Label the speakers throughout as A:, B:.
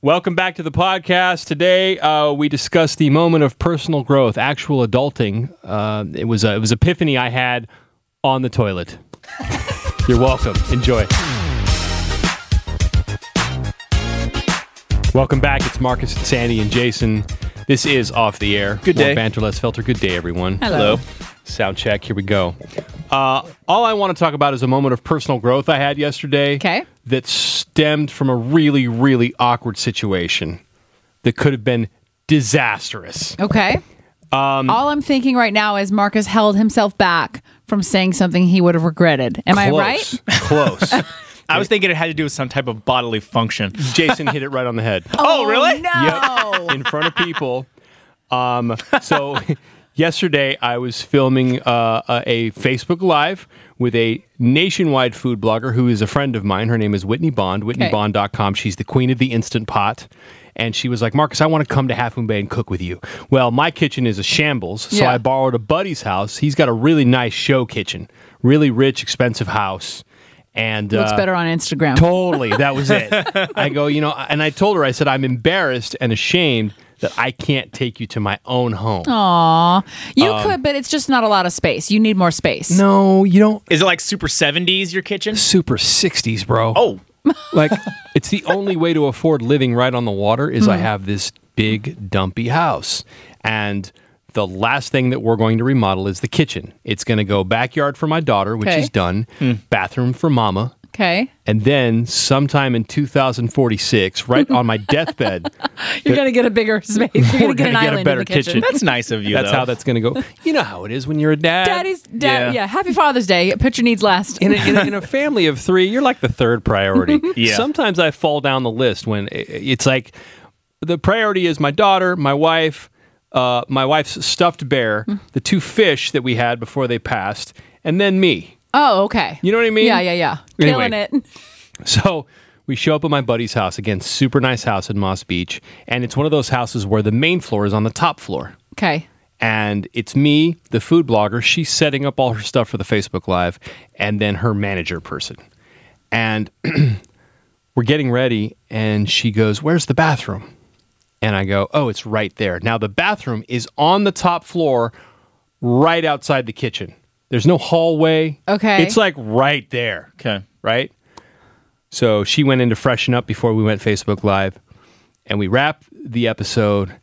A: Welcome back to the podcast. Today uh, we discussed the moment of personal growth, actual adulting. Uh, it was a, it was epiphany I had on the toilet. You're welcome. Enjoy. Welcome back. It's Marcus, and Sandy, and Jason. This is off the air.
B: Good
A: More
B: day.
A: banter, less filter. Good day, everyone.
B: Hello.
A: Sound check. Here we go. Uh, all I want to talk about is a moment of personal growth I had yesterday.
C: 'Kay.
A: That stemmed from a really, really awkward situation that could have been disastrous.
C: Okay.
A: Um,
C: All I'm thinking right now is Marcus held himself back from saying something he would have regretted. Am I right?
A: Close. Close.
B: I was thinking it had to do with some type of bodily function.
A: Jason hit it right on the head.
B: Oh, really?
C: Oh, No.
A: in front of people. Um, so yesterday I was filming uh, a- a Facebook Live with a nationwide food blogger who is a friend of mine. Her name is Whitney Bond, whitneybond.com. She's the queen of the Instant Pot. And she was like, Marcus, I want to come to Half Moon Bay and cook with you. Well, my kitchen is a shambles, so
C: Yeah.
A: I borrowed a buddy's house. He's got a really nice show kitchen, really rich, expensive house. And
C: Looks
A: uh,
C: better on Instagram.
A: Totally. That was it. I go, you know, and I told her, I said, I'm embarrassed and ashamed that I can't take you to my own home.
C: you could, but it's just not a lot of space. You need more space.
A: um, No, you don't.
B: Is it like super 70s, your kitchen?
A: Super 60s, bro.
B: Oh,
A: Like, it's the only way to afford living right on the water is I have this big, dumpy house. And the last thing that we're going to remodel is the kitchen. It's going to go backyard for my daughter, which
C: Okay.
A: is done, bathroom for mama,
C: Okay.
A: and then sometime in 2046, right on my deathbed,
C: You're going to get a bigger space. You're
A: We're
C: going to get
A: gonna
C: an
A: get a
C: island in
A: better
C: the kitchen.
A: kitchen.
B: that's nice of you.
A: That's
B: though.
A: how that's going to go. You know how it is when you're a dad.
C: Daddy's dad. Yeah.
B: Yeah.
C: Happy Father's Day. Picture needs last.
A: in a, in, a, in a family of three, you're like the third priority.
B: Yeah.
A: Sometimes I fall down the list when i- it's like the priority is my daughter, my wife, uh, my wife's stuffed bear,
C: Mm.
A: the two fish that we had before they passed, and then me.
C: oh, okay.
A: You know what I mean?
C: Yeah, yeah, yeah.
A: Anyway.
C: Killing it.
A: So we show up at my buddy's house again, super nice house in Moss Beach, and it's one of those houses where the main floor is on the top floor.
C: Okay.
A: and it's me, the food blogger. She's setting up all her stuff for the Facebook Live, and then her manager person. And we're getting ready, and she goes, Where's the bathroom? And I go, Oh, it's right there. Now, the bathroom is on the top floor, right outside the kitchen. There's no hallway.
C: Okay.
A: It's like right there
B: Okay.
A: right? So she went in to freshen up before we went Facebook Live, and we wrapped the episode.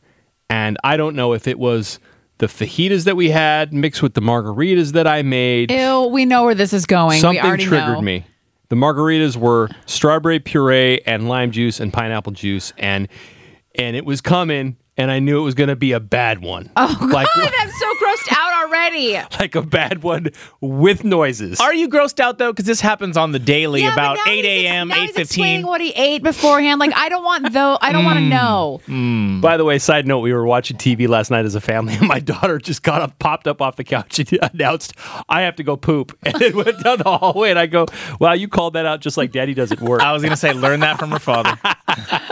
A: And I don't know if it was the fajitas that we had mixed with the margaritas that I made.
C: Ew, we know where this is going. we
A: Something
C: already
A: triggered
C: know.
A: me. The margaritas were strawberry puree and lime juice and pineapple juice, and and it was coming, and I knew it was going to be a bad one. Oh, like
C: I'm so grossed out already.
A: like a bad one with noises.
B: Are you grossed out though? Because this happens on the daily,
C: Yeah, but
B: about
C: now he's
B: 8
C: ex-
B: a.m.,
C: now he's
B: 8
C: explaining what he ate beforehand. Like I don't want though. I don't want to
A: Mm.
C: know.
A: By the way, side note, we were watching TV last night as a family, and my daughter just got up, popped up off the couch, and announced, I have to go poop. And then went down the hallway, and I go, Wow, you called that out just like daddy does at work.
B: I was going to say, learn that from her father.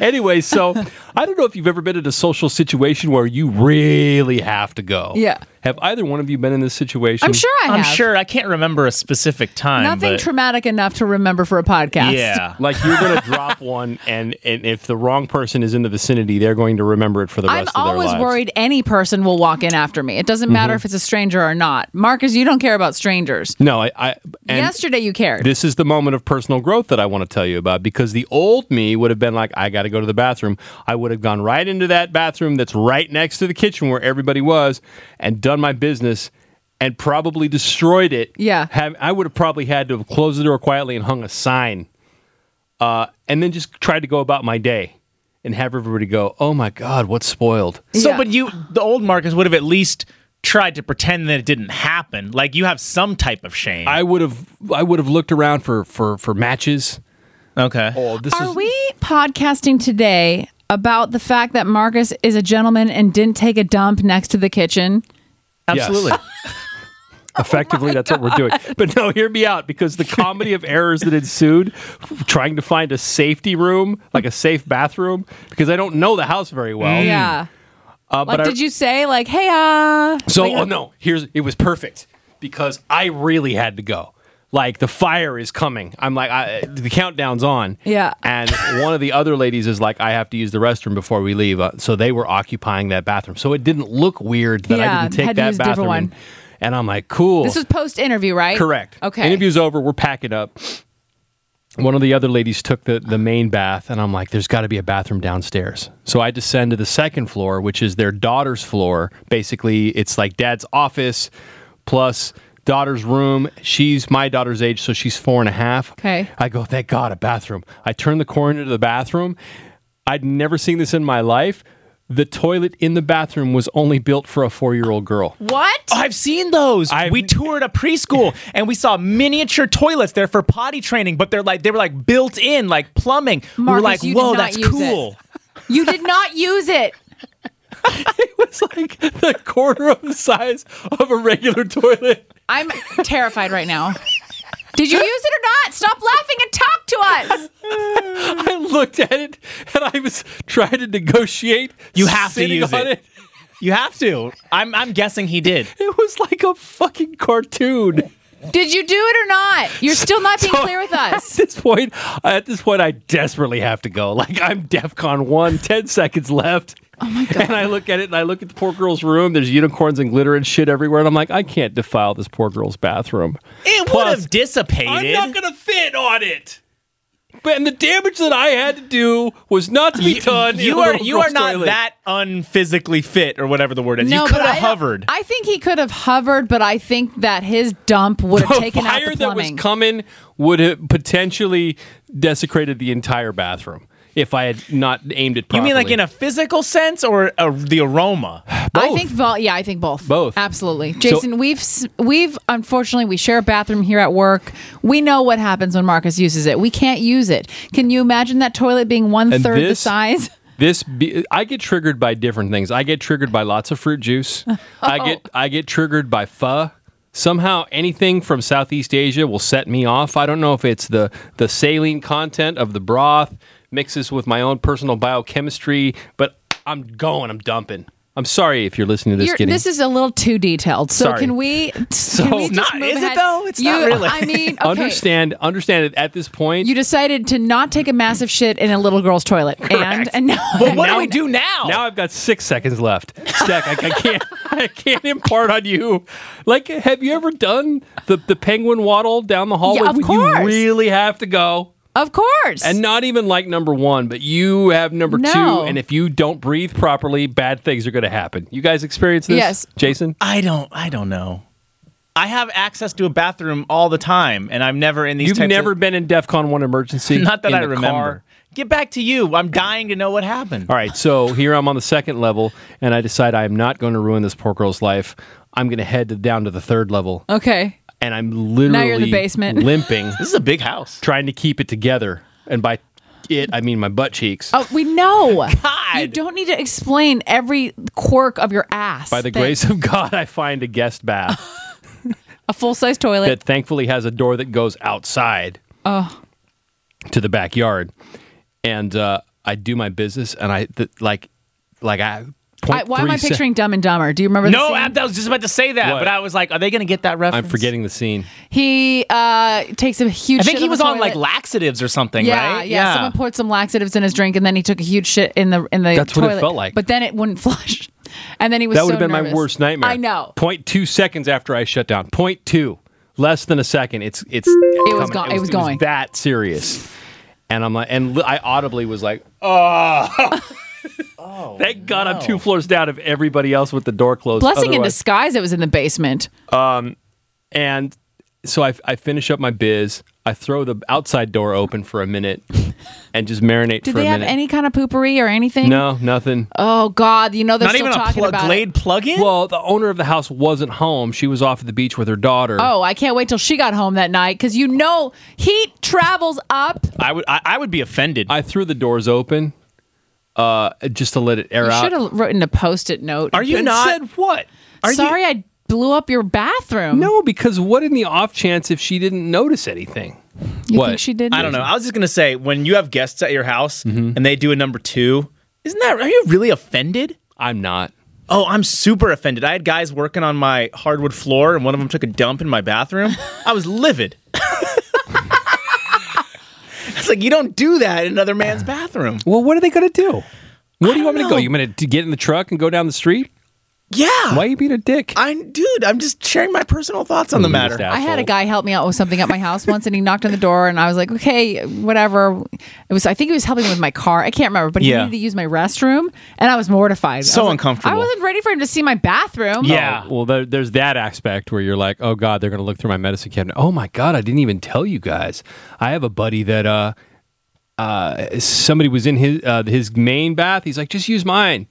A: anyway, so I don't know if you've ever been in a social situation where you really have to go.
C: Yeah.
A: Have either one of you been in this situation?
C: I'm sure I have.
B: I'm sure I can't remember a specific time.
C: nothing
B: but-
C: traumatic enough to remember for a podcast.
B: Yeah.
A: Like you're going to drop one, and, and if the wrong person is in the vicinity, they're going to remember it for the
C: I'm
A: rest of their
C: always
A: lives. Mm-hmm.
C: worried any person will walk in after me. It doesn't matter if it's a stranger or not. Marcus, you don't care about strangers.
A: No, I. I and
C: Yesterday you cared.
A: This is the moment of personal growth that I want to tell you about because the old me would have been like, I got to go to the bathroom. I would have gone right into that bathroom that's right next to the kitchen where everybody was and done my business and probably destroyed it.
C: Yeah.
A: Have, I would have probably had to have closed the door quietly and hung a sign uh, and then just tried to go about my day and have everybody go, oh my God, what's spoiled?
B: So,
C: Yeah.
B: but you, the old Marcus would have at least tried to pretend that it didn't happen. Like you have some type of shame.
A: I would have I would have looked around for for for matches.
B: Okay.
A: Oh, this
C: Are
A: is
C: we podcasting today about the fact that Marcus is a gentleman and didn't take a dump next to the kitchen?
A: Absolutely. Effectively, that's what we're doing. But no, hear me out because the comedy of errors that ensued, trying to find a safety room, like a safe bathroom, because I don't know the house very well.
C: Mm. Yeah.
A: Uh,
C: Like,
A: but I-
C: did you say like, "Hey, uh"?
A: So, oh no, here's it was perfect because I really had to go. Like the fire is coming. I'm like I, the countdown's on.
C: Yeah.
A: And one of the other ladies is like, I have to use the restroom before we leave. Uh, so they were occupying that bathroom. So it didn't look weird that
C: Yeah,
A: I didn't take
C: had to
A: that
C: use a different
A: bathroom.
C: one.
A: And, and I'm like, cool.
C: This was post interview, right?
A: Correct.
C: Okay.
A: Interview's over. We're packing up. One of the other ladies took the, the main bath, and I'm like, there's got to be a bathroom downstairs. So I descend to the second floor, which is their daughter's floor. Basically, it's like dad's office plus daughter's room. She's my daughter's age, so she's four and a half.
C: Okay.
A: I go, thank God, a bathroom. I turn the corner to the bathroom. I'd never seen this in my life. The toilet in the bathroom was only built for a four year old girl.
C: What?
B: Oh, I've seen those.
A: I've-
B: we toured a preschool and we saw miniature toilets there for potty training, but they're like they were like built in, like plumbing. we were
C: Marcus,
B: like,
C: you did
B: whoa,
C: not
B: that's
C: use it."
B: cool.
C: You did not use it.
A: It's like the quarter of the size of a regular toilet.
C: I'm terrified right now. Did you use it or not? Stop laughing and talk to us.
A: I looked at it and I was trying to negotiate.
B: You have to
A: sitting
B: use
A: on
B: it. You have to. I'm I'm guessing he did.
A: It was like a fucking cartoon.
C: Did you do it or not? You're still not being
A: So-
C: clear with us.
A: At this point, at this point, I desperately have to go. Like I'm DefCon one, 10 seconds left. Oh my god! And I look at it, and I look at the poor girl's room. There's unicorns and glitter and shit everywhere, and I'm like, I can't defile this poor girl's bathroom.
B: It would
A: Plus,
B: have dissipated.
A: I'm not gonna fit on it. But and the damage that I had to do was not to be done. in
B: you
A: a
B: are
A: little
B: you are
A: girl's
B: not
A: toilet.
B: that unphysically fit or whatever the word is. you could
C: but
B: have
C: I-
B: hovered.
C: I think he could have hovered, but I think that his dump would have
A: The
C: taken out
A: fire
C: the
A: that was
C: plumbing.
A: coming would have potentially desecrated the entire bathroom if I had not aimed it
B: you
A: properly.
B: mean like in a physical sense or uh, the aroma?
C: I think vol- yeah, I think both.
A: Both.
C: Absolutely. Jason, we've s- we've unfortunately we share a bathroom here at work. We know what happens when Marcus uses it. We can't use it. Can you imagine that toilet being one
A: And
C: third the
A: this-
C: size?
A: This be, I get triggered by different things. I get triggered by lots of fruit juice. I
C: Oh.
A: get I get triggered by pho. Somehow anything from Southeast Asia will set me off. I don't know if it's the the saline content of the broth mixes with my own personal biochemistry, but I'm going. I'm dumping. I'm sorry if you're listening to this.
C: You're,
A: getting-
C: this is a little too detailed. So
A: Sorry.
C: can we? can we
A: It's
C: just
B: not-
C: move
B: is it
C: ahead?
B: though? It's
C: you,
B: not really.
C: I mean, okay.
A: understand understand it at this point.
C: You decided to not take a massive shit in a little girl's toilet, and and now.
B: But what do we do now?
C: Oh.
A: Now I've got six seconds left. Stack, I, I can't, I can't impart on you. Like, have you ever done the, the penguin waddle down the hallway?
C: Yeah, of
A: when
C: course.
A: You really have to go,
C: Of course.
A: and not even like number one, but you have number
C: No.
A: two. And if you don't breathe properly, bad things are going to happen. You guys experience this?
C: Yes.
A: Jason.
B: I don't. I don't know. I have access to a bathroom all the time, and I'm never in these.
A: You've
B: types
A: never
B: of,
A: been in DEF CON one emergency.
B: Not that
A: in
B: I
A: the
B: remember.
A: car.
B: Get back to you. I'm dying to know what happened.
A: All right, so here I'm on the second level, and I decide I am not going to ruin this poor girl's life. I'm going to head to- down to the third level,
C: okay.
A: and I'm literally
C: you're in the basement.
A: limping,
B: This is a big house.
A: trying to keep it together. And by it, I mean my butt cheeks.
C: Oh, we know. You
B: God.
C: don't need to explain every quirk of your ass.
A: by the
C: Thank-
A: grace of God, I find a guest bath
C: a full size toilet.
A: that thankfully has a door that goes outside
C: Oh.
A: to the backyard, and uh, I do my business, and I th- like, like I.
C: I, why am I
A: 0.3 sec-
C: picturing Dumb and Dumber? Do you remember? the
B: No,
C: scene?
B: I, I was just about to say that,
A: What?
B: but I was like, are they going to get that reference?
A: I'm forgetting the scene.
C: he uh, takes a huge.
B: I think
C: shit
B: he
C: the
B: was on like
C: toilet.
B: laxatives or something,
C: Yeah,
B: right?
C: yeah, Someone poured some laxatives in his drink, and then he took a huge shit in the in the.
A: That's what it
C: toilet.
A: felt like.
C: But then it wouldn't flush, and then he was.
A: That
C: so
A: would have been
C: nervous.
A: my worst nightmare.
C: I know.
A: Point two seconds after I shut down. Point two, less than a second. It's it's.
C: It was gone- it was going.
A: that serious, and I'm like, and li- I audibly was like, oh. Thank God I'm two floors down of everybody else with the door closed.
C: Blessing in
A: Otherwise-
C: disguise. It was in the basement.
A: and so I, I finish up my biz. I throw the outside door open for a minute and just marinate
C: Do
A: for
C: they
A: a
C: have
A: minute.
C: any kind of poopery or anything?
A: no, nothing.
C: Oh God, you know they're
B: Not
C: still
B: even a
C: talking
B: pl-
C: about. it.
B: Glade plug-in.
A: Well, the owner of the house wasn't home. She was off at the beach with her daughter.
C: Oh, I can't wait till she got home that night because you know heat travels up.
B: I would I, I would be offended.
A: I threw the doors open uh, just to let it air
C: You
A: out.
C: should have written a post-it note.
B: Are you
C: and
B: not?
C: said,
B: what? Are you-
C: Sorry, I blew up your bathroom.
A: No, because what in the off chance if she didn't notice anything?
C: you
A: what?
C: think she did?
B: I don't know. I was just gonna say when you have guests at your house
A: Mm-hmm.
B: and they do a number two, isn't that? Are you really offended?
A: I'm not.
B: Oh, I'm super offended. I had guys working on my hardwood floor, and one of them took a dump in my bathroom. I was livid. It's like you don't do that in another man's bathroom.
A: Well, what are they going to do? Where do you want me to go?
B: know.
A: You want to get in the truck and go down the street?
B: Yeah,
A: Why are you being a dick?
B: I, dude, I'm just sharing my personal thoughts on the matter.
A: Just
C: I had a
A: asshole.
C: guy help me out with something at my house once, and he knocked on the door, and I was like, "Okay, whatever." It was I think he was helping with my car. I can't remember, but he
B: Yeah.
C: needed to use my restroom, and I was mortified.
B: So
C: I was like,
B: uncomfortable.
C: I wasn't ready for him to see my bathroom.
B: Yeah.
A: Oh, Well, there, there's that aspect where you're like, oh god, they're gonna look through my medicine cabinet. Oh my god, I didn't even tell you guys. I have a buddy that uh, uh, somebody was in his uh, his main bath. He's like, just use mine,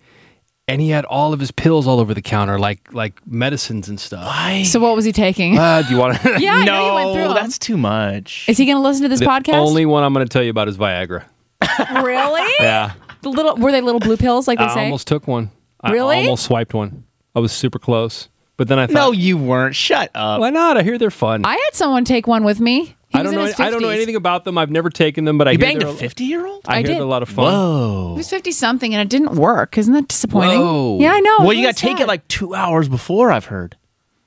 A: and he had all of his pills all over the counter, like like medicines and stuff. Why?
C: So what was he taking?
A: Uh, do you want to?
C: yeah, I know you went through
B: No,
C: them.
B: that's too much.
C: Is he going to listen to this
A: the
C: podcast?
A: only one I'm gonna tell you about is Viagra.
C: really?
A: Yeah,
C: The little were they little blue pills like they
A: I
C: say?
A: almost took one.
C: Really?
A: I almost swiped one. I was super close, but then I thought,
B: No, you weren't. Shut up.
A: why not? I hear they're fun.
C: I had someone take one with me. He
A: I
C: was
A: don't
C: in
A: know.
C: his 50s.
A: I don't know anything about them. I've never taken them, but I
B: You
A: hear
B: banged
A: they're
B: a fifty-year-old.
A: I,
C: I
A: hear
C: did.
A: they're a lot of fun.
C: He was fifty something, and it didn't work. Isn't that disappointing?
A: Whoa.
C: Yeah, I know.
B: Well,
C: It's
B: you
C: really
B: got to take
C: sad.
B: it like two hours before. I've heard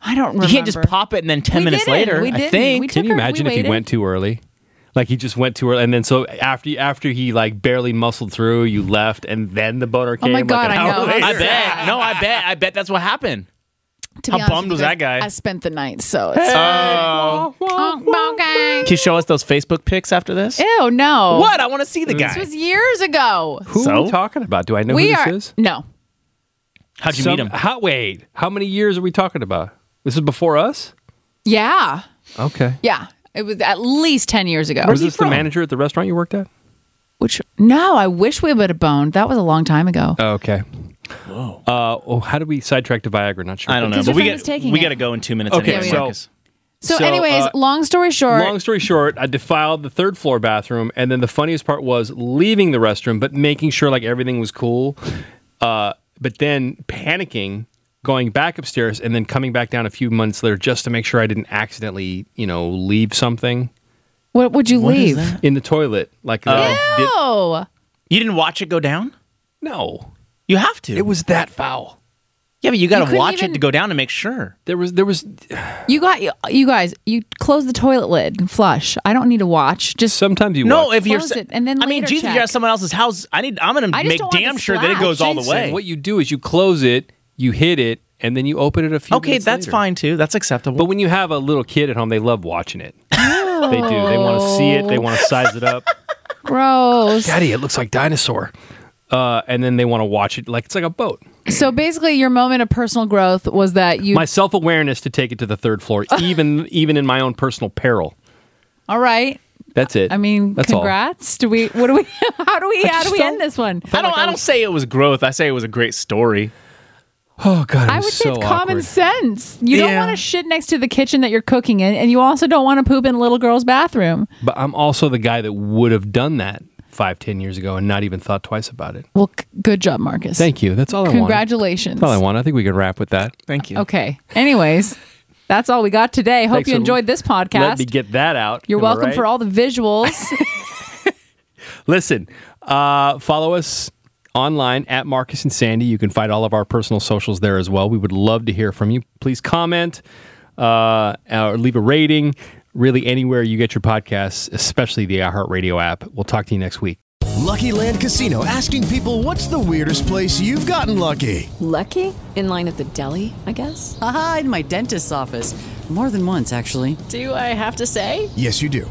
C: I don't. Remember.
B: you can't just pop it and then ten
C: We
B: minutes
C: didn't.
B: later.
C: We
B: I
C: didn't.
B: think.
C: We
A: Can you
C: took her-
A: imagine if he
C: waited.
A: went too early? Like he just went too early, and then so after after he like barely muscled through, you left, and then the boner came.
C: Oh my
A: like,
C: God,
A: an
C: I
A: hour
C: know.
A: later.
B: I bet. No, I bet. I bet that's what happened.
C: To be
B: How
C: honest
B: bummed
C: with
B: was
C: you
B: that
C: guys,
B: guy?
C: I spent the night, so it's oh,
B: Can you show us those Facebook pics after this?
C: okay. Ew, no.
B: What? I want to see the
C: This
B: guy.
C: was years ago.
A: Who are we
B: So?
A: talking about? Do I know who
C: we
A: this
C: are
A: is?
C: no.
B: How'd you
A: Some-
B: meet him?
A: How, wait, how many years are we talking about? This is before us.
C: Yeah,
A: Okay.
C: yeah. It was at least ten years ago.
A: Was this the manager at the restaurant you worked at?
C: Which no, I wish we would have boned. That was a long time ago.
A: Oh, okay. Whoa. Uh, oh, how did we sidetrack to Viagra? Not sure.
B: I don't know.
C: Because
B: But
C: your
B: we
C: friend was
B: got
C: taking
B: we
C: it.
B: got to go in two minutes.
A: Okay,
B: anyway,
A: so-
B: Marcus.
C: so,
A: so,
C: anyways,
A: uh,
C: long story short,
A: Long story short, I defiled the third floor bathroom, and then the funniest part was leaving the restroom, but making sure like everything was cool. Uh, but then panicking, going back upstairs, and then coming back down a few months later just to make sure I didn't accidentally, you know, leave something
C: what would you leave?
A: in the toilet. Like, uh, that I did-
C: Oh,
B: you didn't watch it go down.
A: no,
B: You have to.
A: it was that foul.
B: yeah, but you got to
C: couldn't
B: watch
C: even-
B: it to go down to make sure.
A: There was, there was.
C: you got you guys. You close the toilet lid and flush. I don't need to watch. Just
A: Sometimes you
B: No,
A: watch.
B: if you're,
C: Close it and then
B: I mean,
C: later
B: Jesus,
C: check.
B: you're at someone else's house. I need. I'm gonna
C: I just
B: make
C: don't want
B: damn
C: the
B: sure that it
C: splash.
B: goes all the
A: Jason,
B: way.
A: What you do is you close it, you hit it, and then you open it a few.
B: okay,
A: minutes
B: that's
A: later.
B: fine too. That's acceptable.
A: But when you have a little kid at home, they love watching it. They do. They want to see it. They want to size it up.
C: gross.
A: Daddy, it looks like dinosaur. Uh, and then they want to watch it like it's like a boat.
C: So basically, your moment of personal growth was that you.
A: My self awareness to take it to the third floor, even even in my own personal peril.
C: all right.
A: That's it.
C: I mean,
A: that's
C: congrats. Do we? What do we? How do we? How do we end this one?
B: I don't. I don't say it was growth. I say it was a great story.
A: All. Oh god, it
C: I
A: was
C: would say
A: so
C: it's common
A: awkward.
C: sense. You don't
B: Yeah.
C: want to shit next to the kitchen that you're cooking in, and you also don't want to poop in a little girl's bathroom.
A: But I'm also the guy that would have done that five, ten years ago and not even thought twice about it.
C: Well, c- good job, Marcus.
A: Thank you. That's all I want.
C: Congratulations.
A: That's all I want. I think we can wrap with that.
B: Thank you.
C: Okay. Anyways, that's all we got today. Hope
A: Thanks
C: you
A: for
C: enjoyed this
A: Let me
C: podcast.
A: get that out.
C: You're
A: Am I
C: welcome
A: right?
C: for all the visuals.
A: Listen, uh, follow us online at Marcus and Sandy. You can find all of our personal socials there as well. We would love to hear from you. Please comment uh, or leave a rating. Really, anywhere you get your podcasts, especially the iHeartRadio app. We'll talk to you next week.
D: Lucky Land Casino asking people what's the weirdest place you've gotten lucky?
E: Lucky? In line at the deli, I guess?
F: Aha, in my dentist's office. More than once, actually.
G: Do I have to say?
D: Yes, you do.